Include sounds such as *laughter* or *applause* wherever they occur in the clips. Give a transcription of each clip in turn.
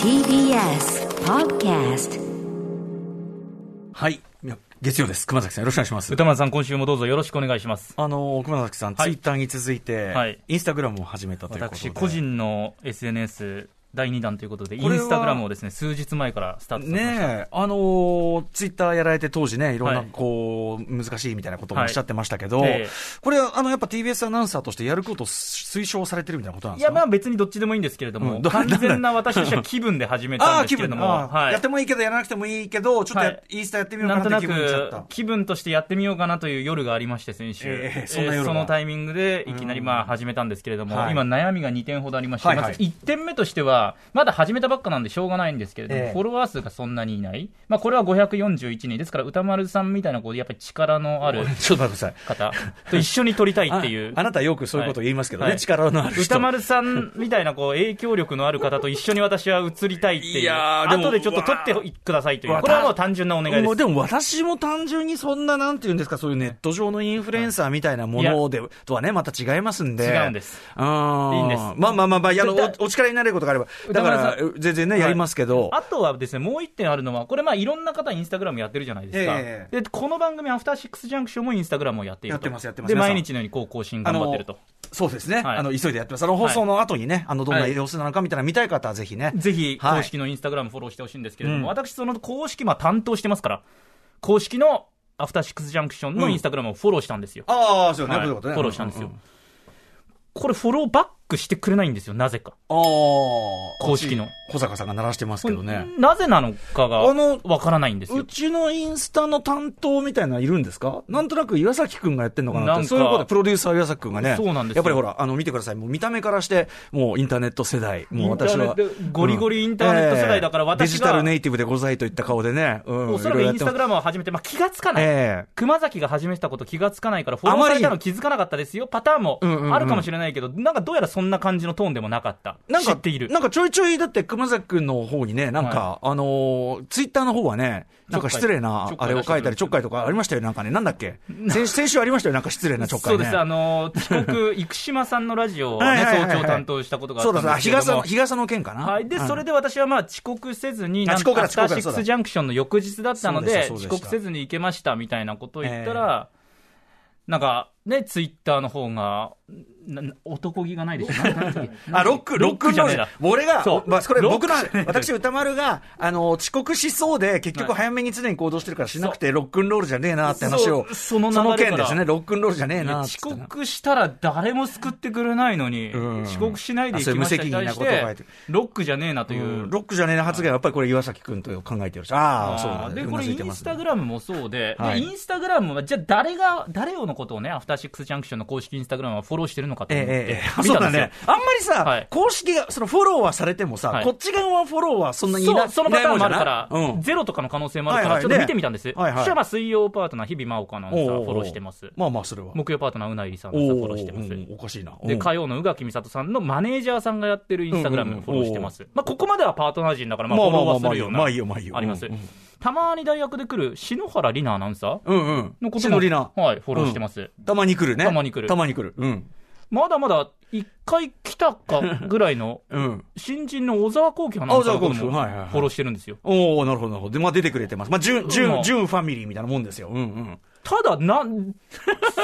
TBS Podcast はい。月曜です。熊崎さん、よろしくお願いします。歌丸さん、今週もどうぞよろしくお願いします。あの、熊崎さん、はいツイッターに続いて、はいインスタグラムを始めたということで。私、個人の SNS 第2弾ということで、イこれはンスタグラムをですね、数日前からスタートさせました。ねえ、あのーツイッターやられて当時ね、いろんな、はいこう、難しいみたいなこともおっしゃってましたけど、はいええこれは、あの、やっぱ TBS アナウンサーとしてやることを推奨されてるみたいなことなんいですや、かまあ別にどっちでもいいんですけれども、うんど完全な私としては気分で始めたあん *laughs* あ、です気けれ分どだも、はいやってもいいけど、やらなくてもいいけど、ちょっとや、はいインスタやってみようなかんとなってな気分になっちゃったく。気分としてやってみようかなという夜がありまして、先週、ええそんな夜がそのタイミングでいきなりまあ始めたんですけれども、はい今、悩みが2点ほどありまして、はいはいまず1点目としては、まだ始めたばっかなんでしょうがないんですけれども、ええフォロワー数がそんなにいない、まあ、これは541人、ですから歌丸さんみたいな、こうやっぱり力のある *laughs* ちょっと待ってくだ *laughs* さい。方と一緒に撮りたいって *laughs* いあう。あなたよくそういうことを言いますけどね、はい力のある人。歌丸さんみたいなこう影響力のある方と一緒に私は映りたいっていう、いやーでも後でちょっと撮ってくださいというわ、これはもう単純なお願いでもすう。でも私も単純にそんな、なんていうんですか、そういうネット上のインフルエンサーみたいなもので、とはね、また違いますんで。違うんですうー。いいんですまあまあまあまあ、あのだおお力になれることがあれば。だか歌ら丸さ、全然ね、はいやりますけど。あとはですね、もう一点あるのは、これまあいろんな方インスタグラムやってるじゃないですか。えで、この番組、アフターシックスジャンクションもインスタグラムをやっていると。やってますやってますで、皆さん毎日のようにこう更新頑張ってると。そうですね。はいあの、急いでやってます。あの、放送の後にね、あの、どんな様子なのかみたいなの見たい方はぜひね。ぜひ、はい公式のインスタグラムフォローしてほしいんですけれども、うん私、その公式、まあ担当してますから、公式のアフターシックスジャンクションのインスタグラムをフォローしたんですよ。ああ、そうね、はいこういうこフとね。ォローしたんですよ。ううこれ、フォローバックしてくれないんですよ、なぜか。ああ。公式の。小坂さんが鳴らしてますけどね。なぜなのかが、あのわからないんですうよ。ちのインスタの担当みたいなのいるんですかなんとなく岩崎くんがやってんのかなっなんて。かそういうことで、プロデューサー岩崎くんがね。そうなんですよやっぱりほら、あの、見てください。もう見た目からして、もうインターネット世代。もう私インはターネッ。トゴリゴリインターネット世代だからうん私がデジタルネイティブでございといった顔でね。うんおそらくインスタグム。ラムを始めて、まあ気がつかない。ええ。熊崎が始めたこと気がつかないから、フォローされたの気づかなかったですよ、パターンもうんうんうんあるかもしれないけど、なんかどうやらそんな感じのトーンでもなかった。なん知かっている。なんかちょいちょい、だって熊崎くんの方にね、なんか、あのー、ツイッターの方はね、なんか失礼なちょっ、かあれいを書いたり、ちちょょっっかかいとかありましたよ、なんかね。なんだっけ先先週ありましたよ、なんか失礼なちょっかいそね。うです、あのー、遅刻、生島さんのラジオ *laughs* をはいね、はいはい早はい朝担当したことがあそっうだたそうんだ、日ですけれど傘もの、。日傘の件かな。はい。で、それで、で私はまあ遅刻せずに、あなん遅刻だアフター遅刻だシそうックだスジャンクションの翌日だったのそうでしで、たそうでし遅た刻せずに行けましたみたいなことを言ったら、なんかね、ツイッターの方が、なな男気がないでしょ。なんなんて言う *laughs* あ、ロック、ロックじじゃゃねねええだだ。俺が、そうまあ、これロッ僕クの、私、歌丸が、あの、遅刻しそうで、結局はい早めに常に行動してるからしなくて、ロックンロールじゃねえなって話を。そうその流れその件からですね、ロックンロールじゃねえいやなっつっ遅てね刻したら誰も救ってくれないのに、うん遅刻しないで行きましたに対あしそういう無責任なことを書いてて、ロックじゃねえなというう。んロックじゃねえな発言はやっぱりこれ岩崎君と考えてるし。ああ、そうだあーね。でうこなれ、ずイいてンまスすねタグラムもそうで、はいでインスタグラムは、じゃあ誰が、誰をのことをね、アフターシックスジャンクションの公式インスタグラムはフォローしてるのかとええ思っえて、えええあ見そうただんですよね。あんまりさ、はい公式が、そのフォローはされてもさ、はいこっち側はフォローはそんなにいそなういそのパターンもあるから、いないもんじゃないうんゼロとかの可能性もあるかはら、いちはょいっと見てみたんです、ねはいはいそしたらまあ水曜パートナー、日々真央子アナウンサおうおうおー、うフォローしてます、まあまあ、それは。木曜パートナー、うなぎりさん、フおうォローしてますう、んうんおかしいな。うでん火曜の宇垣美里さんのマネージャーさんがやってるインスタグラムフォローしてます、まあ、ここまではパートナー陣だから、まあ、まフあォまあロまあワーするような、まあいいよまあいいよあります、うんうんたまに大学で来る篠原里奈アナウンサーうんうん。のこと篠も、里奈はい、フォローしてます、たまに来るね。たまに来るたまに来る。うん。まだまだ1回来たかぐらいの *laughs* うん。新人の小沢光輝アナウンサーのこと小沢光もフ輝はいはいはいォローしてるんですよ、おおなるほど、なるほど。で、まあ、出てくれてます。まあ、純、ま純、あ純ファミリーみたいなもんですよ。うんうん。ただな、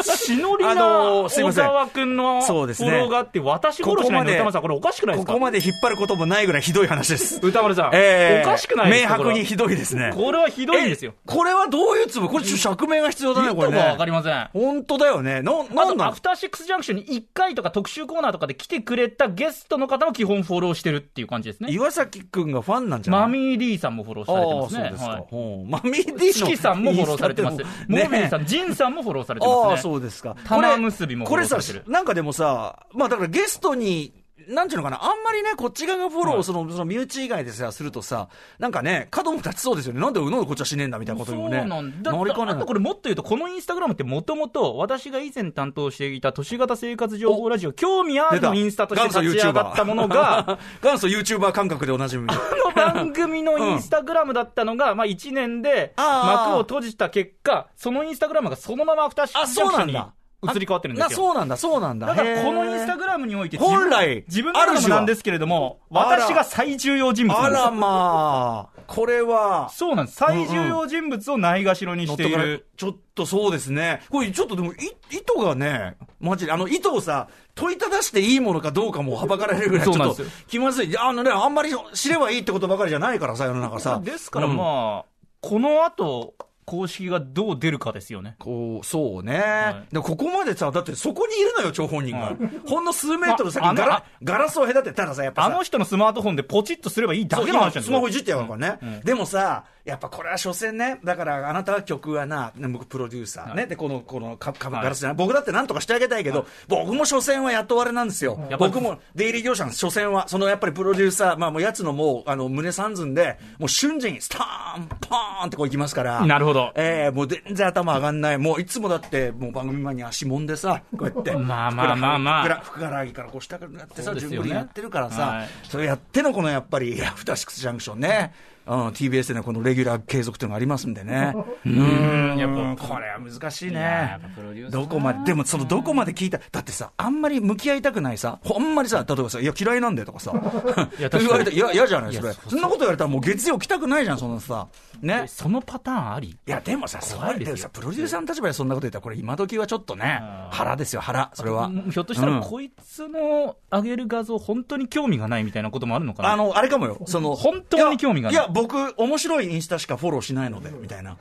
篠里奈、あのーすいま小せん沢君のフそうォですねローがあって、私フォローしないの、ここまで歌丸さん、これおかしくないでこすかこまで引っ張ることもないぐらいひどい話です。歌丸さん、ええおかしくないです明か白にひどいですね。これはひどいんですよ。えこれはどういうつもりこれちょっと釈明が必要だね、意これ図がわねか。りません。あ本当だよね。な、なんと、なアんフターシックスジャンクションに1回とか特集コーナーとかで来てくれたゲストの方も基本フォローしてるっていう感じですね。岩崎くんがファンなんじゃないマミー・リーさんもフォローあされてまあ、すそうね。ですはかい。うんマミー D チの。キさんもフォローされてます。モービーさん。ん、ジンさんもフォローされてああ、ますね。そうですか。玉結びもこれフォさローされて、るなんかでもさ、まあだからゲストに、なんていうのかな、あんまりね、こっち側がフォロー、はいその、その身内以外でさ、するとさ、なんかね、角も立ちそうですよね。なんでうのうこっちはしねえんだみたいなことにそもうね。なんだ。なりかねあないとこれもっと言うと、このインスタグラムってもともと、私が以前担当していた都市型生活情報ラジオ、興味あ出るたのインスタとして立ち上がったものが、、元祖 YouTuber 元祖 YouTuber 感覚でおなじみ。この番組のインスタグラムだったのが、まあ1年であー幕を閉じた結果、そのインスタグラムがそのままアフターシッあ、クスジそャンうクショなンんにだ。移り変わってるんでなすよ。そうなんだ、そうなんだ。だからこのへーインスタグラムにおいて本来自分自分のこともなんですけれども、主はあら私が最重要人物なあんですらまあ、これは、そうなんです。最重要人物をないがしろにしてい乗っ取られる。ちょっとそうですね。これちょっとでも、い糸がね、マジで、あの糸をさ、問いただしていいものかどうかもはばかられるぐらい、ちそょうなんっですとよ気まずい。あのね、あんまり知ればいいってことばかりじゃないからさ、世の中さ。ですからあ、まあ、この後、公式がどう出るかですよね。こう、そうね。はいでここまでさ、だってそこにいるのよ、張本人が。はいほんの数メートル先にああのガラあガラスを隔てたらさ、やっぱあさ。の人のスマートフォンでポチッとすればいいだそけうの話な今んですよ。スマホいじってやるからね、うんうんでもさ、やっぱこれは所詮ね、だからあなたは曲はな、ね僕、プロデューサーね、はでこのこのかかはいガラスじゃない、僕だってなんとかしてあげたいけど、僕も所詮は雇われなんですよや、っぱり僕も出入り業者なんです、所詮は、そのやっぱりプロデューサー、まあ、もうやつのもうあの胸三寸で、もう瞬時にスターン、パーンってこういきますから。なるほど。ええもう全然頭上がんない。もういつもだって、もう番組前に足もんでさ、こうやって。まあまあまあまあふくらふくらはぎからこう下からやってそさ、うで順す繰よねりやってるからさ、はいそれやってのこのやっぱり、 *laughs* アフターシックスジャンクションね。うん、TBS でのこのレギュラー継続というのがありますんでね。うーん、やっぱこれは難しいいやねやっぱプロデュー。サーどこまで、でもそのどこまで聞いた、だってさ、あんまり向き合いたくないさ、ほんまにさ、例えばさ、いや嫌いなんだよとかさ、 *laughs* いや確かに言われて、いや、嫌じゃないそれ。いやそんなこと言われたらもう月曜来たくないじゃん、そんなさ。ねえ。そのパターンありいや、でもさ、そう怖やっいですてさ、よプロデューサーの立場でそんなこと言ったら、これ、今時はちょっとねうん、腹ですよ、腹、それは。ひょっとしたら、うんこいつの上げる画像、本当に興味がないみたいなこともあるのかな。あの、あれかもよ、その、本当に興味がないいや、いや僕、面白いインスタしかフォローしないの *laughs* で、みたいな。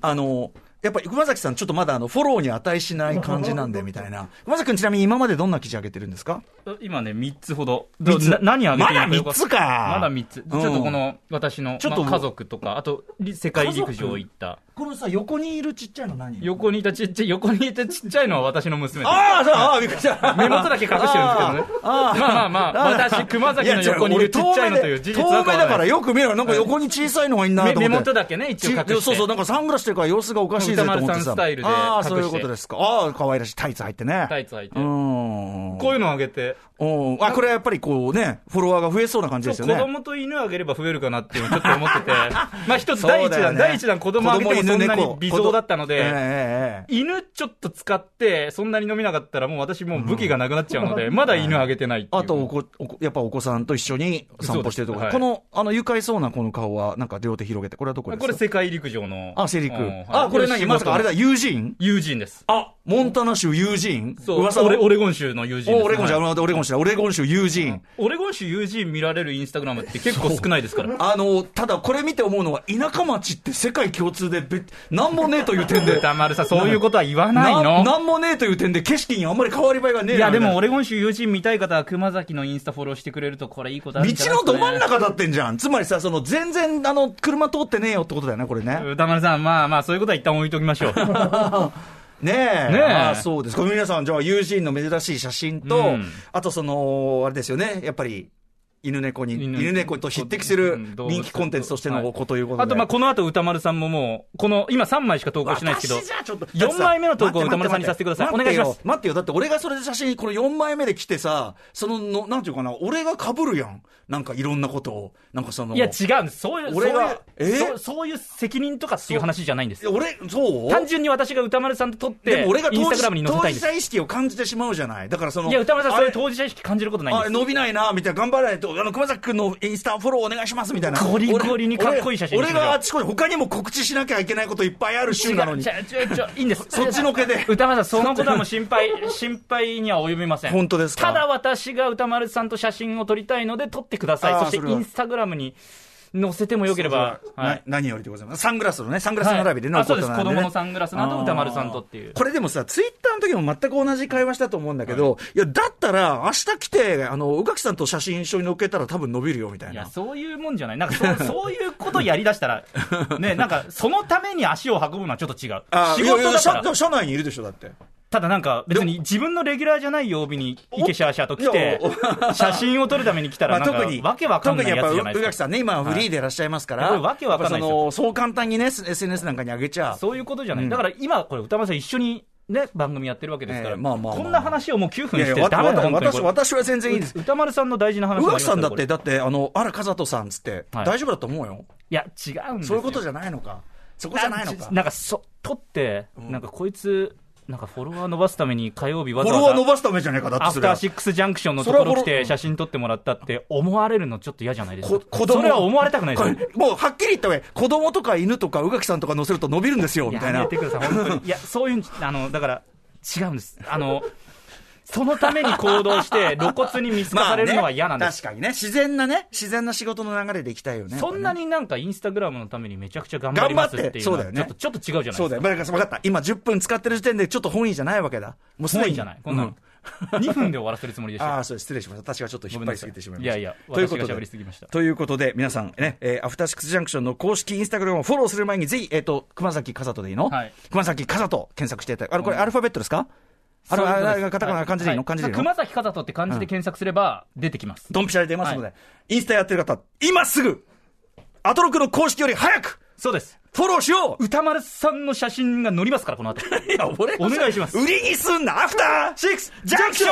あの、やっぱり熊崎さん、ちょっとまだあのフォローに値しない感じなんで、みたいな。熊崎君、ちなみに今までどんな記事上げてるんですか今ね、3つほど。三つな何上げていいのまだ三つかまだ3つ。ちょっとこの、私の、ちょっとまあ家族とか、あと、り世界陸上行った。このさ、横にいるちっちゃいの何横にいたちっちゃい、横にいたちっちゃいのは私の娘です。ああ、そう、ああ、びっくり *laughs* した。目元だけ隠してるんですけどね。ああまあまあまあ、 *laughs* 私、熊崎の横にいるちっちゃいのという事実遠は目だからよ。よく見えるなんか横に小さいのがいんなと思って目目元だけね、一応隠して。そうそう、なんかサングラスしてるから様子がおかしいぜと思ってさ。歌丸さんスタイルで隠してああ、そういうことですか。ああ、可愛らしいタイツ入ってね。タイツ履いてう。ん。こういうのをあげて、おーあ、これはやっぱりこうね、フォロワーが増えそうな感じですそうよ子ね。供と犬あげれば増えるかなっていうのをちょっと思っ *laughs* てて、まあ一つそうだ第よ一ね弾、第一弾子供あげてもそんなに微増だったのえええで、えええ犬ちょっと使って、そんなに飲めなかったらもう私もう武器がなくなっちゃうので、まだ犬あげてないっていうあとおこおこ、やっぱお子さんと一緒に散歩してるところ、そうですこはいの、あの、愉快そうなこの顔は、なんか両手広げて、これはどこですこれ世界陸上の。あ、セリクうんはい。あ、これ何まさかあれだ、ユージーン友人です。あ、モンタナ州ユージーンそう、噂のオレオレゴン州の友人です。おオレゴン州、はいオレゴン州だ、オレゴン州ユージーン。オレゴン州友人見られるインスタグラムって結構少ないですから。あの、ただこれ見て思うのは、田舎町って世界共通で別、なんもねえという点で。歌丸さん、そういうことは言わ *laughs* ないなの。なんもねえという点で、景色にあんまり変わり映えがねえいなや、でもオみレゴン州友人見たい方は熊崎のインスタフォローしてくれるとこれいいことあたるいんじなゃない道のど真んですかね中だってんじゃん。つまりさ、その、全然、あの、車通ってねえよってことだよね、これね。歌丸さん、まあまあ、そういうことは一旦置いとき *laughs* ましょう。ねえ。ねえああそうです。これ皆さん、じゃあ、友人の珍しい写真と、うんあとその、あれですよね、やっぱり、犬猫に、犬犬猫と匹敵すうるん動物人気コンテンツとしての子ということで。あと、まあ、この後歌丸さんももう、この、今3枚しか投稿してないですけど私、じゃちょっと4枚目の投稿を待って歌丸さんにさせてください待ってよお願いし待ってよ、だって俺がそれで写真、この4枚目で来てさ、そのの、なんていうかな、俺が被るやん。なんかいろんなことを。なんかその、いや、違うんです。そういう、俺がそういうえそうそういう責任とかっていう話じゃないんです。俺、そう単純に私が歌丸さんと撮って、でも俺がイ当ンスタグ事ラムに載せ当たいん事です者。意識を感じてしまうじゃない。だからその、いや、歌丸さん、そういうあれ当事者意識感じることないんですあ。伸びないな、みたいな、頑張らないと、あの、熊崎君のインスタフォローお願いします、みたいな。ゴリゴリにかっこいい写真俺にしましょう俺があちこち、他にも告知しなきゃいけないこといっぱいある週 *laughs* なのに違。う違う違う違ういいんです。そっちのけで歌丸さん、そのことはもう心配、 *laughs* 心配には及びません。本当ですかただ私が歌丸さんと写真を撮りたいので撮ってくださあい。ーそしてそれはインスタグラムに載せてもよければ。は。ない何よりでございます。サングラスのね、サングラス並びでね、はいおことあそうですなんね子供のサングラスなど歌丸さんとっていうあーこれでもさ、ツイッターの時も全く同じ会話したと思うんだけど、い、や、だったら、明日来て、あの、宇垣さんと写真一緒に載っけたら多分伸びるよ、みたいいや、な。そういうもんじゃない。なんかそう、 *laughs* そういうことやりだしたら、ね、なんか、そのために足を運ぶのはちょっと違うあ。ー仕いやい事やだか社ら、社内にいるでしょ、だって。ただなんか、別に自分のレギュラーじゃない曜日に、イケシャーシャーと来ておい、 *laughs* 写真を撮るために来たまら、あ、なんか、特に、わけわかんないやつじゃ特にやないっぱ、宇で垣すか。さんね、今はフリーでいらっしゃいますから、はいこれわけわかんないやっぱその、そう簡単にね、SNS なんかに上げちゃ、そういうことじゃない。うんだから今、これ、歌丸さん一緒にね、番組やってるわけですかええら、まあまあまあこんな話をもう9い分やしいてや、わる、たダメだ、わ本当にたこ私、私れ。は全然いいです。歌丸さんの大事な宇話もありま垣すさんだこっれて、だって、あの、あらかざとさんっつって、はい大丈夫だと思うよ。いや、違うんですよそういうことじゃないのか。そこじゃないのか。なんか、そ、撮って、なんかこいつ、なんかフォロワー伸ばすために火曜日わフざォロワーわ伸ざばすためじゃねえか、だってアそフれターは。シックスジャンクションのそとれはこフォロろ来て写真撮ってもらったって思われるのちょっと嫌じゃないですこか子供それは思われたくないでこすれもうはっきり言った上、子供とか犬とか宇垣さんとか乗せると伸びるんですよ、みたいなやめ。てください、本当に。いや、そういうん、あの、だから、違うんです。あの、そのために行動して、露骨に見透かされるのは嫌なんです。確かにね、自然なね、自然な仕事の流れでいきたいよね。そんなにになんかインスタグラムのためにめちゃくちゃ頑張りますっていうの頑張ってそはうだよねちょっとちょっと違うじゃないそうですだか。よ。だから分かった。今10分使ってる時点でちょっと本意じゃないわけだ。もうすでに。本意じゃない。こんなうの。2分で終わらせるつもりでしたあよ。あ、そうです失礼しました。私がちょっと引っ張りすぎてしまいましごた。めんなさいいやいとやいうこと私が喋でりすぎましたということで、皆さんね、えーアフターシックスジャンクションの公式インスタグラムをフォローする前に、ぜひ、えっ、と、熊崎かさとでいいの、はい熊崎かさと検索していただきあれ、これアルファベットですか、あそうれ、いうこあとですれ、カタカナ漢字でいいの、は漢字でいいの熊崎風人って漢字で検索すれば出てきます。ドンピシャで出ますので、インスタやってる方、今すぐ、アトロクの公式より早く、そうです。フォローしよう歌丸さんの写真が載りますから、この後。 *laughs* いや、俺お願いします売りにすんなアフターシックスジャンクション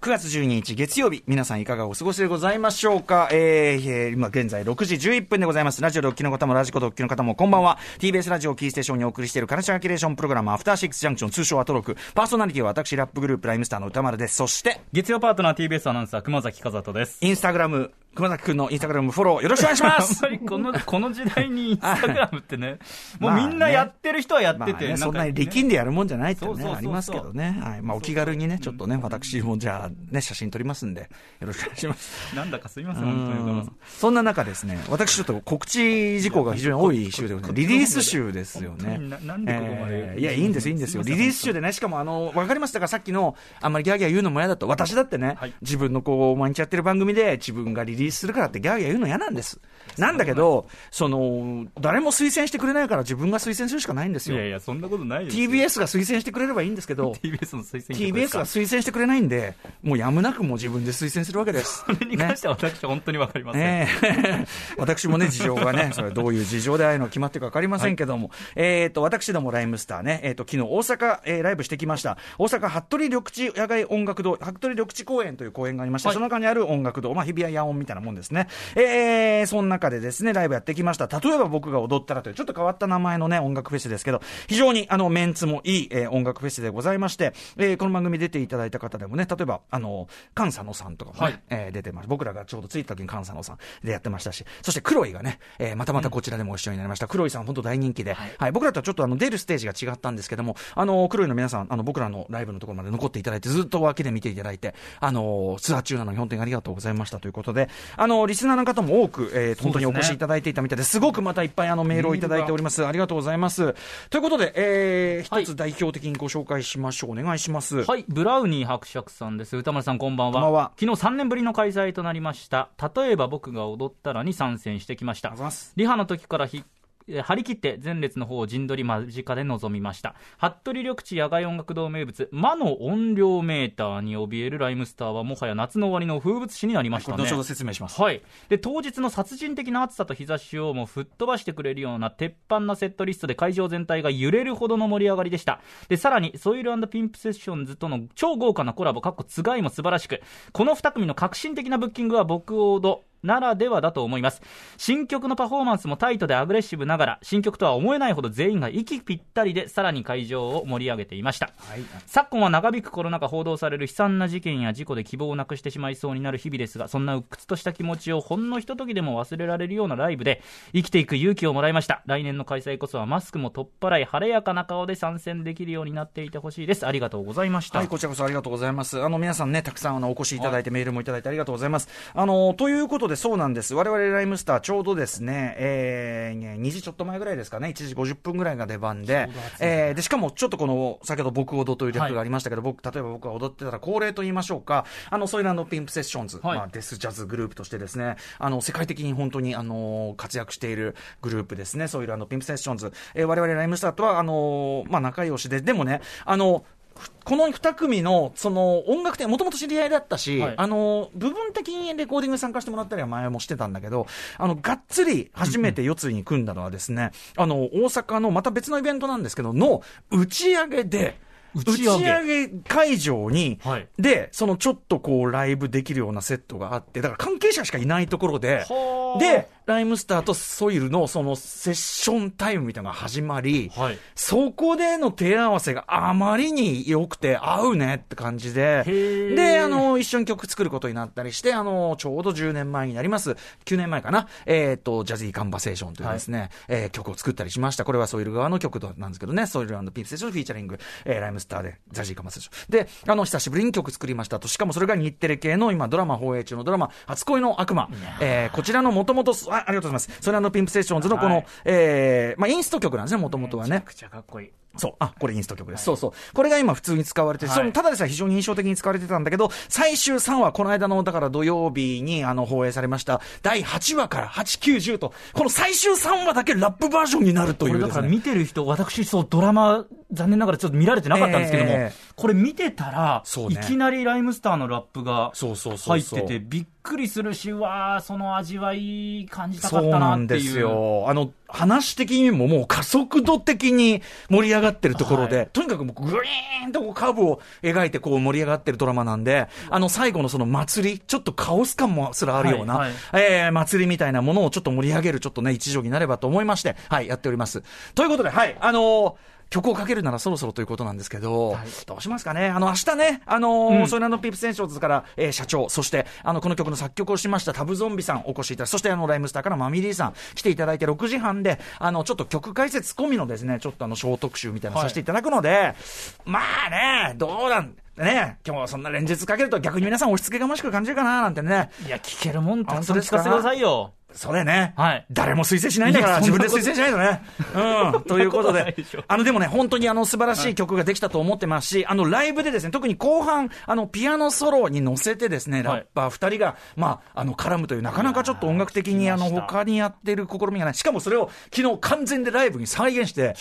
!9 月12日月曜日、皆さんいかがお過ごしでございましょうかえー、えー今現在6時11分でございます。ラジオでお聞きの方もラジコでお聞きの方もこんばんは。TBS ラジオキーステーションにお送りしているカルチャーキュレーションプログラムアフターシックスジャンクション通称アトロク。パーソナリティは私ラップグループライムスターの歌丸です。そして、月曜パートナー TBS アナウンサー熊崎風人です。インスタグラム、熊崎くんのインスタグラムフォローよろしくお願いしまあんすまりこのこの時代にインスタグラムっ *laughs* てね、もうまあみねんなやってる人はやってまて、あね、んかそんなに力んでやるもんじゃないってそうそうね、そうそうありますけどね。はい。まあ、お気軽にね、ちょっとね、私もじゃあ、ね、写真撮りますんで、よろしくお願いします。なんだかすみません、 *laughs* 本当にごめんなさい。そんな中ですね、私ちょっと告知事項が非常に多い週でございます。リリース週ですよね本当にななんでここまでえーいや、いいんです、いいんですよ。リリース週でね、しかもあの、わかりましたか、さっきの、あんまりギャーギャー言うのも嫌だと。私だってね、はい自分のこう、毎日やってる番組で自分がリリースするからってギャーギャー言うの嫌なんです。なんだけど、その、誰も推薦してくれないから自分が推薦するしかないんですよいや。いや、そんなことないですよ。 TBS が推薦してくれればいいんですけど、 *laughs* TBS の推薦曲です TBS かが推薦してくれないんで、もうやむなくもう自分で推薦するわけです。それに関しては私、本当にわかりません。ねえ *laughs* 私もね、事情がね、それどういう事情でああいうの決まってるか分かりませんけども、えっ、と、私どもライムスターね、えっ、と、昨日大阪、えーライブしてきました、大阪服部緑地野外音楽堂、服部緑地公園という公園がありまして、はいその中にある音楽堂、まあ、日比谷野音みたいなもんですね。えーその中でですね、ライブやってきました、例えば僕が踊ったらという、ちょっと変わった名前のね、音楽フェスですけど、非常にあの、メンツもいい、えー音楽フェスでございまして、えーこの番組出ていただいた方でもね、例えば、あの、菅佐野さんとかもね、はいえー出てました。僕らがちょうど着いた時に菅佐野さんでやってましたし、そして黒井がね、えーまたまたこちらでも一緒になりました。黒井さん本当大人気で、はい、僕らとはちょっとあの出るステージが違ったんですけども、あの、黒井の皆さん、あの、僕らのライブのところまで残っていただいて、ずっと脇で見ていただいて、あの、ツアー中なのに本当にありがとうございましたということで、あの、リスナーの方も多く、えー本当にお越しいただいていたみたいです、すごくまたいっぱいあのメールをいただいております。ありがとうございます。ということで、えーはい一つ代表的にご紹介しましょう。お願いします。はい、ブラウニー伯爵さんです。歌丸さん、こんばんは。こんばんは昨日3年ぶりの開催となりました。例えば僕が踊ったらに参戦してきましあたりがとうございます。リハの時からひえー張り切って前列の方を陣取り間近で臨みました服部緑地野外音楽堂名物魔の音量メーターに怯えるライムスターはもはや夏の終わりの風物詩になりましこたれね後ほど説明します。はい、で当日の殺人的な暑さと日差しをも吹っ飛ばしてくれるような鉄板なセットリストで会場全体が揺れるほどの盛り上がりでしたでさらにソイルピンプセッションズとの超豪華なコラボかっこつがいも素晴らしくこの2組の革新的なブッキングは僕をどならではだと思います新曲のパフォーマンスもタイトでアグレッシブながら新曲とは思えないほど全員が息ぴったりでさらに会場を盛り上げていましたはい昨今は長引くコロナ禍報道される悲惨な事件や事故で希望をなくしてしまいそうになる日々ですがそんな鬱屈とした気持ちをほんのひとときでも忘れられるようなライブで生きていく勇気をもらいました来年の開催こそはマスクも取っ払い晴れやかな顔で参戦できるようになっていてほしいですありがとうございました、はい、こちらこそありがとうございます。あの、皆さんね、たくさんあのお越しいただいて、メールもいただいてありがとうございます。あの、ということで、そうなんです。我々ライムスター、ちょうどですね、えーね2時ちょっと前ぐらいですかね、1時50分ぐらいが出番で、えーで、しかもちょっとこの、先ほど僕踊という略がありましたけど、僕、例えば僕が踊ってたら恒例と言いましょうか、あの、そういうあの、ピンプセッションズ、はいまあ、デスジャズグループとしてですね、あの、世界的に本当に、あの、活躍しているグループですね、そういうあの、ピンプセッションズ、えー我々ライムスターとは、あの、まあ、仲良しで、でもね、あの、ふこの2組のその音楽店、もともと知り合いだったし、はいあの部分的にレコーディングに参加してもらったりは前もしてたんだけど、あのがっつり初めて四つに組んだのは、ですねあの大阪のまた別のイベントなんですけど、の打ち上げで、打打ちち上げ上げ会場に、はいで、そのちょっとこうライブできるようなセットがあって、だから関係者しかいないところで、はあで、ライムスターとソイルのそのセッションタイムみたいなのが始まり、はいそこでの手合わせがあまりに良くて合うねって感じで、ーで、あの、一緒に曲作ることになったりして、あの、ちょうど10年前になります、9年前かな、えっ、と、ジャズィーカンバセーションというですね、えー曲を作ったりしました。これはソイル側の曲なんですけどね、ソイルピープセッションフィーチャリング、えーライムスターで、ジャズィーカンバセーション。で、あの、久しぶりに曲作りましたと、しかもそれが日テレ系の今ドラマ放映中のドラマ、初恋の悪魔、えーこちらのもともと、あありがとうございます。ソイルピンプセッションズのこの、はいえーまあ、インスト曲なんですね、もともとはめちゃね。くちゃかっこいいそう。あ、これインスト曲です。そうそう。これが今普通に使われて、はいそのただでさえ非常に印象的に使われてたんだけど、最終3話、この間の、だから土曜日にあの放映されました、第8話から8、9、10と、この最終3話だけラップバージョンになるとこいれうだでかすらね。見てる人、私、そうドラマ、残念ながらちょっと見られてなかったんですけども、ええこれ見てたら、そうねいきなりライムスターのラップがそうそうそう入っそうてて、びっくりするし、うわー、その味わい感じたかそっうたななっんてでいう。すよ。あの、話的にももう加速度的に盛り上がってるところで、はとにかくもうグリーンとこうカーブを描いてこう盛り上がってるドラマなんで、あの最後のその祭り、ちょっとカオス感もすらあるような、はいはいえー祭りみたいなものをちょっと盛り上げるちょっとね、一助になればと思いまして、はい、やっております。ということで、はい、あのー曲をかけるならそろそろということなんですけど、はいどうしますかねあの、明日ね、あのーうんソイランドピープセンションズから、えー社長、そして、あの、この曲の作曲をしましたタブゾンビさんお越しいただき、そしてあの、ライムスターからマミリーさん来ていただいて6時半で、あの、ちょっと曲解説込みのですね、ちょっとあの、小特集みたいなのはさいせていただくので、まあね、どうなん、ね、今日はそんな連日かけると逆に皆さん押し付けがましく感じるかな、なんてね、いや、聞けるもん、たくさ本当んです聞かかせてくださいよ。それね、はい誰も推薦しないんだかいら、や自そん分でなこと推薦しないとね。う *laughs* ん、ということそんなことないででしょ、あのでもね、本当にあの素晴らしい曲ができたと思ってますし、あのライブでですね、特に後半、あのピアノソロに乗せてですね、はラいッパー2人が、まあ、あの絡むという、なかなかちょっと音楽的いにやあーの聞きました他にやってる試みがない、しかもそれを昨日完全でライブに再現して、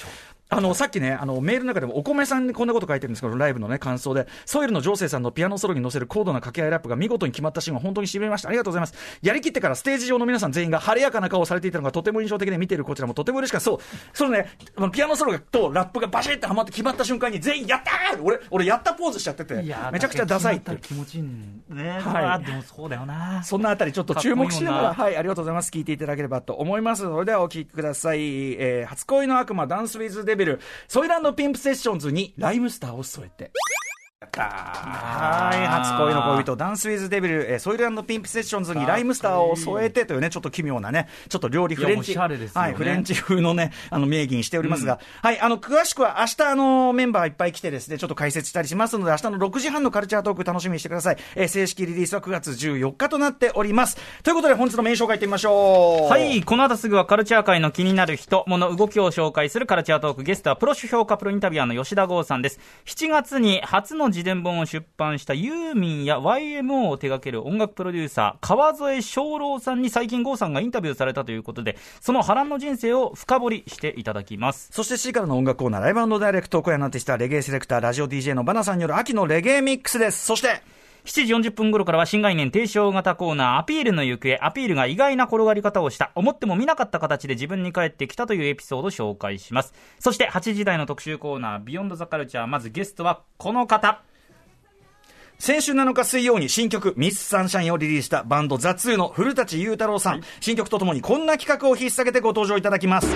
あのさっきねあの、メールの中でもお米さんにこんなこと書いてるんですけど、ライブの、ね、感想で、ソイルのジョーセイさんのピアノソロに乗せる高度な掛け合いラップが見事に決まったシーンは本当にしびれました、ありがとうございます、やりきってからステージ上の皆さん全員が晴れやかな顔をされていたのがとても印象的で、見ているこちらもとても嬉しかった、そう、そのね、あのピアノソロがとラップがバシッてはまって決まった瞬間に、全員、やったー俺、俺、やったポーズしちゃってて、めちゃくちゃダサいっていう。気持ちいいんね。はいはい。でもそうだよな。そんなあたりちょっと注目しながら、かっこはい、ありがとうございます。聞いていただければと思います。それではお聞きください。えー、初恋の悪魔、ダンスウィズデビル、ソイランドピンプセッションズにライムスターを添えて。やったーはい、初恋の恋人、ダンスウィズデビル、えー、ソイルピンプセッションズにライムスターを添えてというね、ちょっと奇妙なね、ちょっと料理フレンチ、いやおしゃれですよねはい、フレンチ風のね、あの、名義にしておりますが、はい、あの、詳しくは明日、あの、メンバーいっぱい来てですね、ちょっと解説したりしますので、明日の6時半のカルチャートーク楽しみにしてください。えー正式リリースは9月14日となっております。ということで、本日のメイン紹介いってみましょう。はい、この後すぐはカルチャー界の気になる人、物、動きを紹介するカルチャートーク、ゲストはプロ主評価プロインタビュアーの吉田剛さんです。7月に初の自伝本を出版したユーミンや YMO を手掛ける音楽プロデューサー、川添翔郎さんに最近剛さんがインタビューされたということで、その波乱の人生を深掘りしていただきます。そして C からの音楽コーナー、ライブダイレクト、今夜になってきたレゲエセレクター、ラジオ DJ のバナさんによる秋のレゲエミックスです。そして、 7時40分頃からは新概念提唱型コーナーアピールの行方アピールが意外な転がり方をした思っても見なかった形で自分に返ってきたというエピソードを紹介しますそして8時台の特集コーナービヨンドザカルチャーまずゲストはこの方先週7日水曜に新曲「ミス・サンシャイン」をリリースしたバンド「ザ・ツーの古舘裕太郎さん、新曲とともにこんな企画を引っ提げてご登場いただきます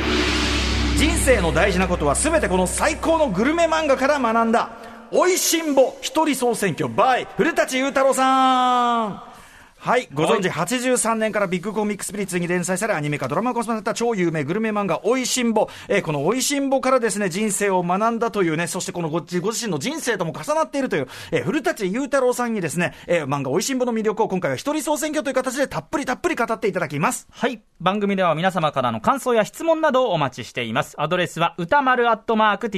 人生の大事なことは全てこの最高のグルメ漫画から学んだ「おいしんぼ一人総選挙 by 古舘裕太郎さん」はい、ご存知、83年からビッグコミックスピリッツに連載され、アニメ化、ドラマ化をされた超有名グルメ漫画、おいしんぼ。えーこのおいしんぼからですね、人生を学んだというね、そしてこのご自ご自身の人生とも重なっているという、えー古舘裕太郎さんにですね、えー漫画おいしんぼの魅力を今回は一人総選挙という形でたっぷりたっぷり語っていただきます。はい番組では皆様からの感想や質問などをお待ちしていますアドレスは歌丸アットマーク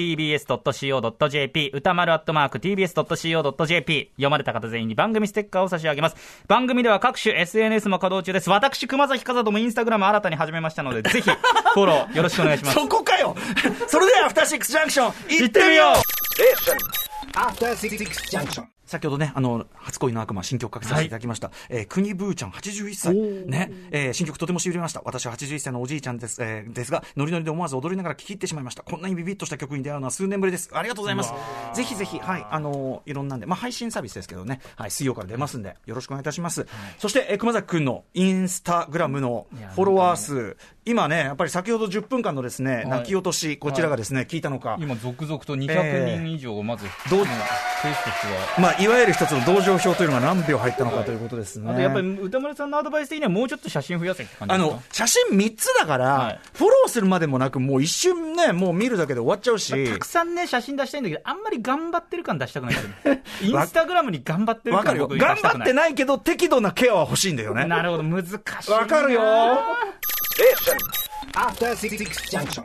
TBS.CO.JP 歌丸アットマーク TBS.CO.JP 読まれた方全員に番組ステッカーを差し上げます番組では各種 SNS も稼働中です私熊崎和人もインスタグラム新たに始めましたのでぜひフォローよろしくお願いしますそこかよ *laughs* それでは、アフターシックスジャンクション、行ってみよう After Six Junction. 先ほどね、あの、初恋の悪魔、新曲かけさせていただきました。えー国ブーちゃん81歳。ね、えー新曲とてもしびれました。私は81歳のおじいちゃんです、えーですが、ノリノリで思わず踊りながら聴き入ってしまいました。こんなにビビッとした曲に出会うのは数年ぶりです。ありがとうございます。ぜひぜひ、はい、あのーいろんなんで、まあ、配信サービスですけどね、はい、水曜から出ますんで、よろしくお願いいたします。そして、えー熊崎くんのインスタグラムのいやフォロワー数、今ね、やっぱり先ほど10分間のですね、い泣き落とし、こちらがですね、聞いたのか。 *laughs* 今、続々と200人以上、まず、どう選手としては。まあ、いわゆる一つの同情票というのが何票入ったのかということですね。あとやっぱり歌丸さんのアドバイス的にはもうちょっと写真増やせって感じあですかの、写真3つだから、はいフォローするまでもなく、もう一瞬ね、もう見るだけで終わっちゃうし、たくさんね、写真出したいんだけど、あんまり頑張ってる感出したくない。 *laughs* インスタグラムに頑張ってるわか感るよ。僕出頑したく張ってないけど、適度なケアは欲しいんだよね。なるほど、難しいな。わかるよ。 After Six Junction.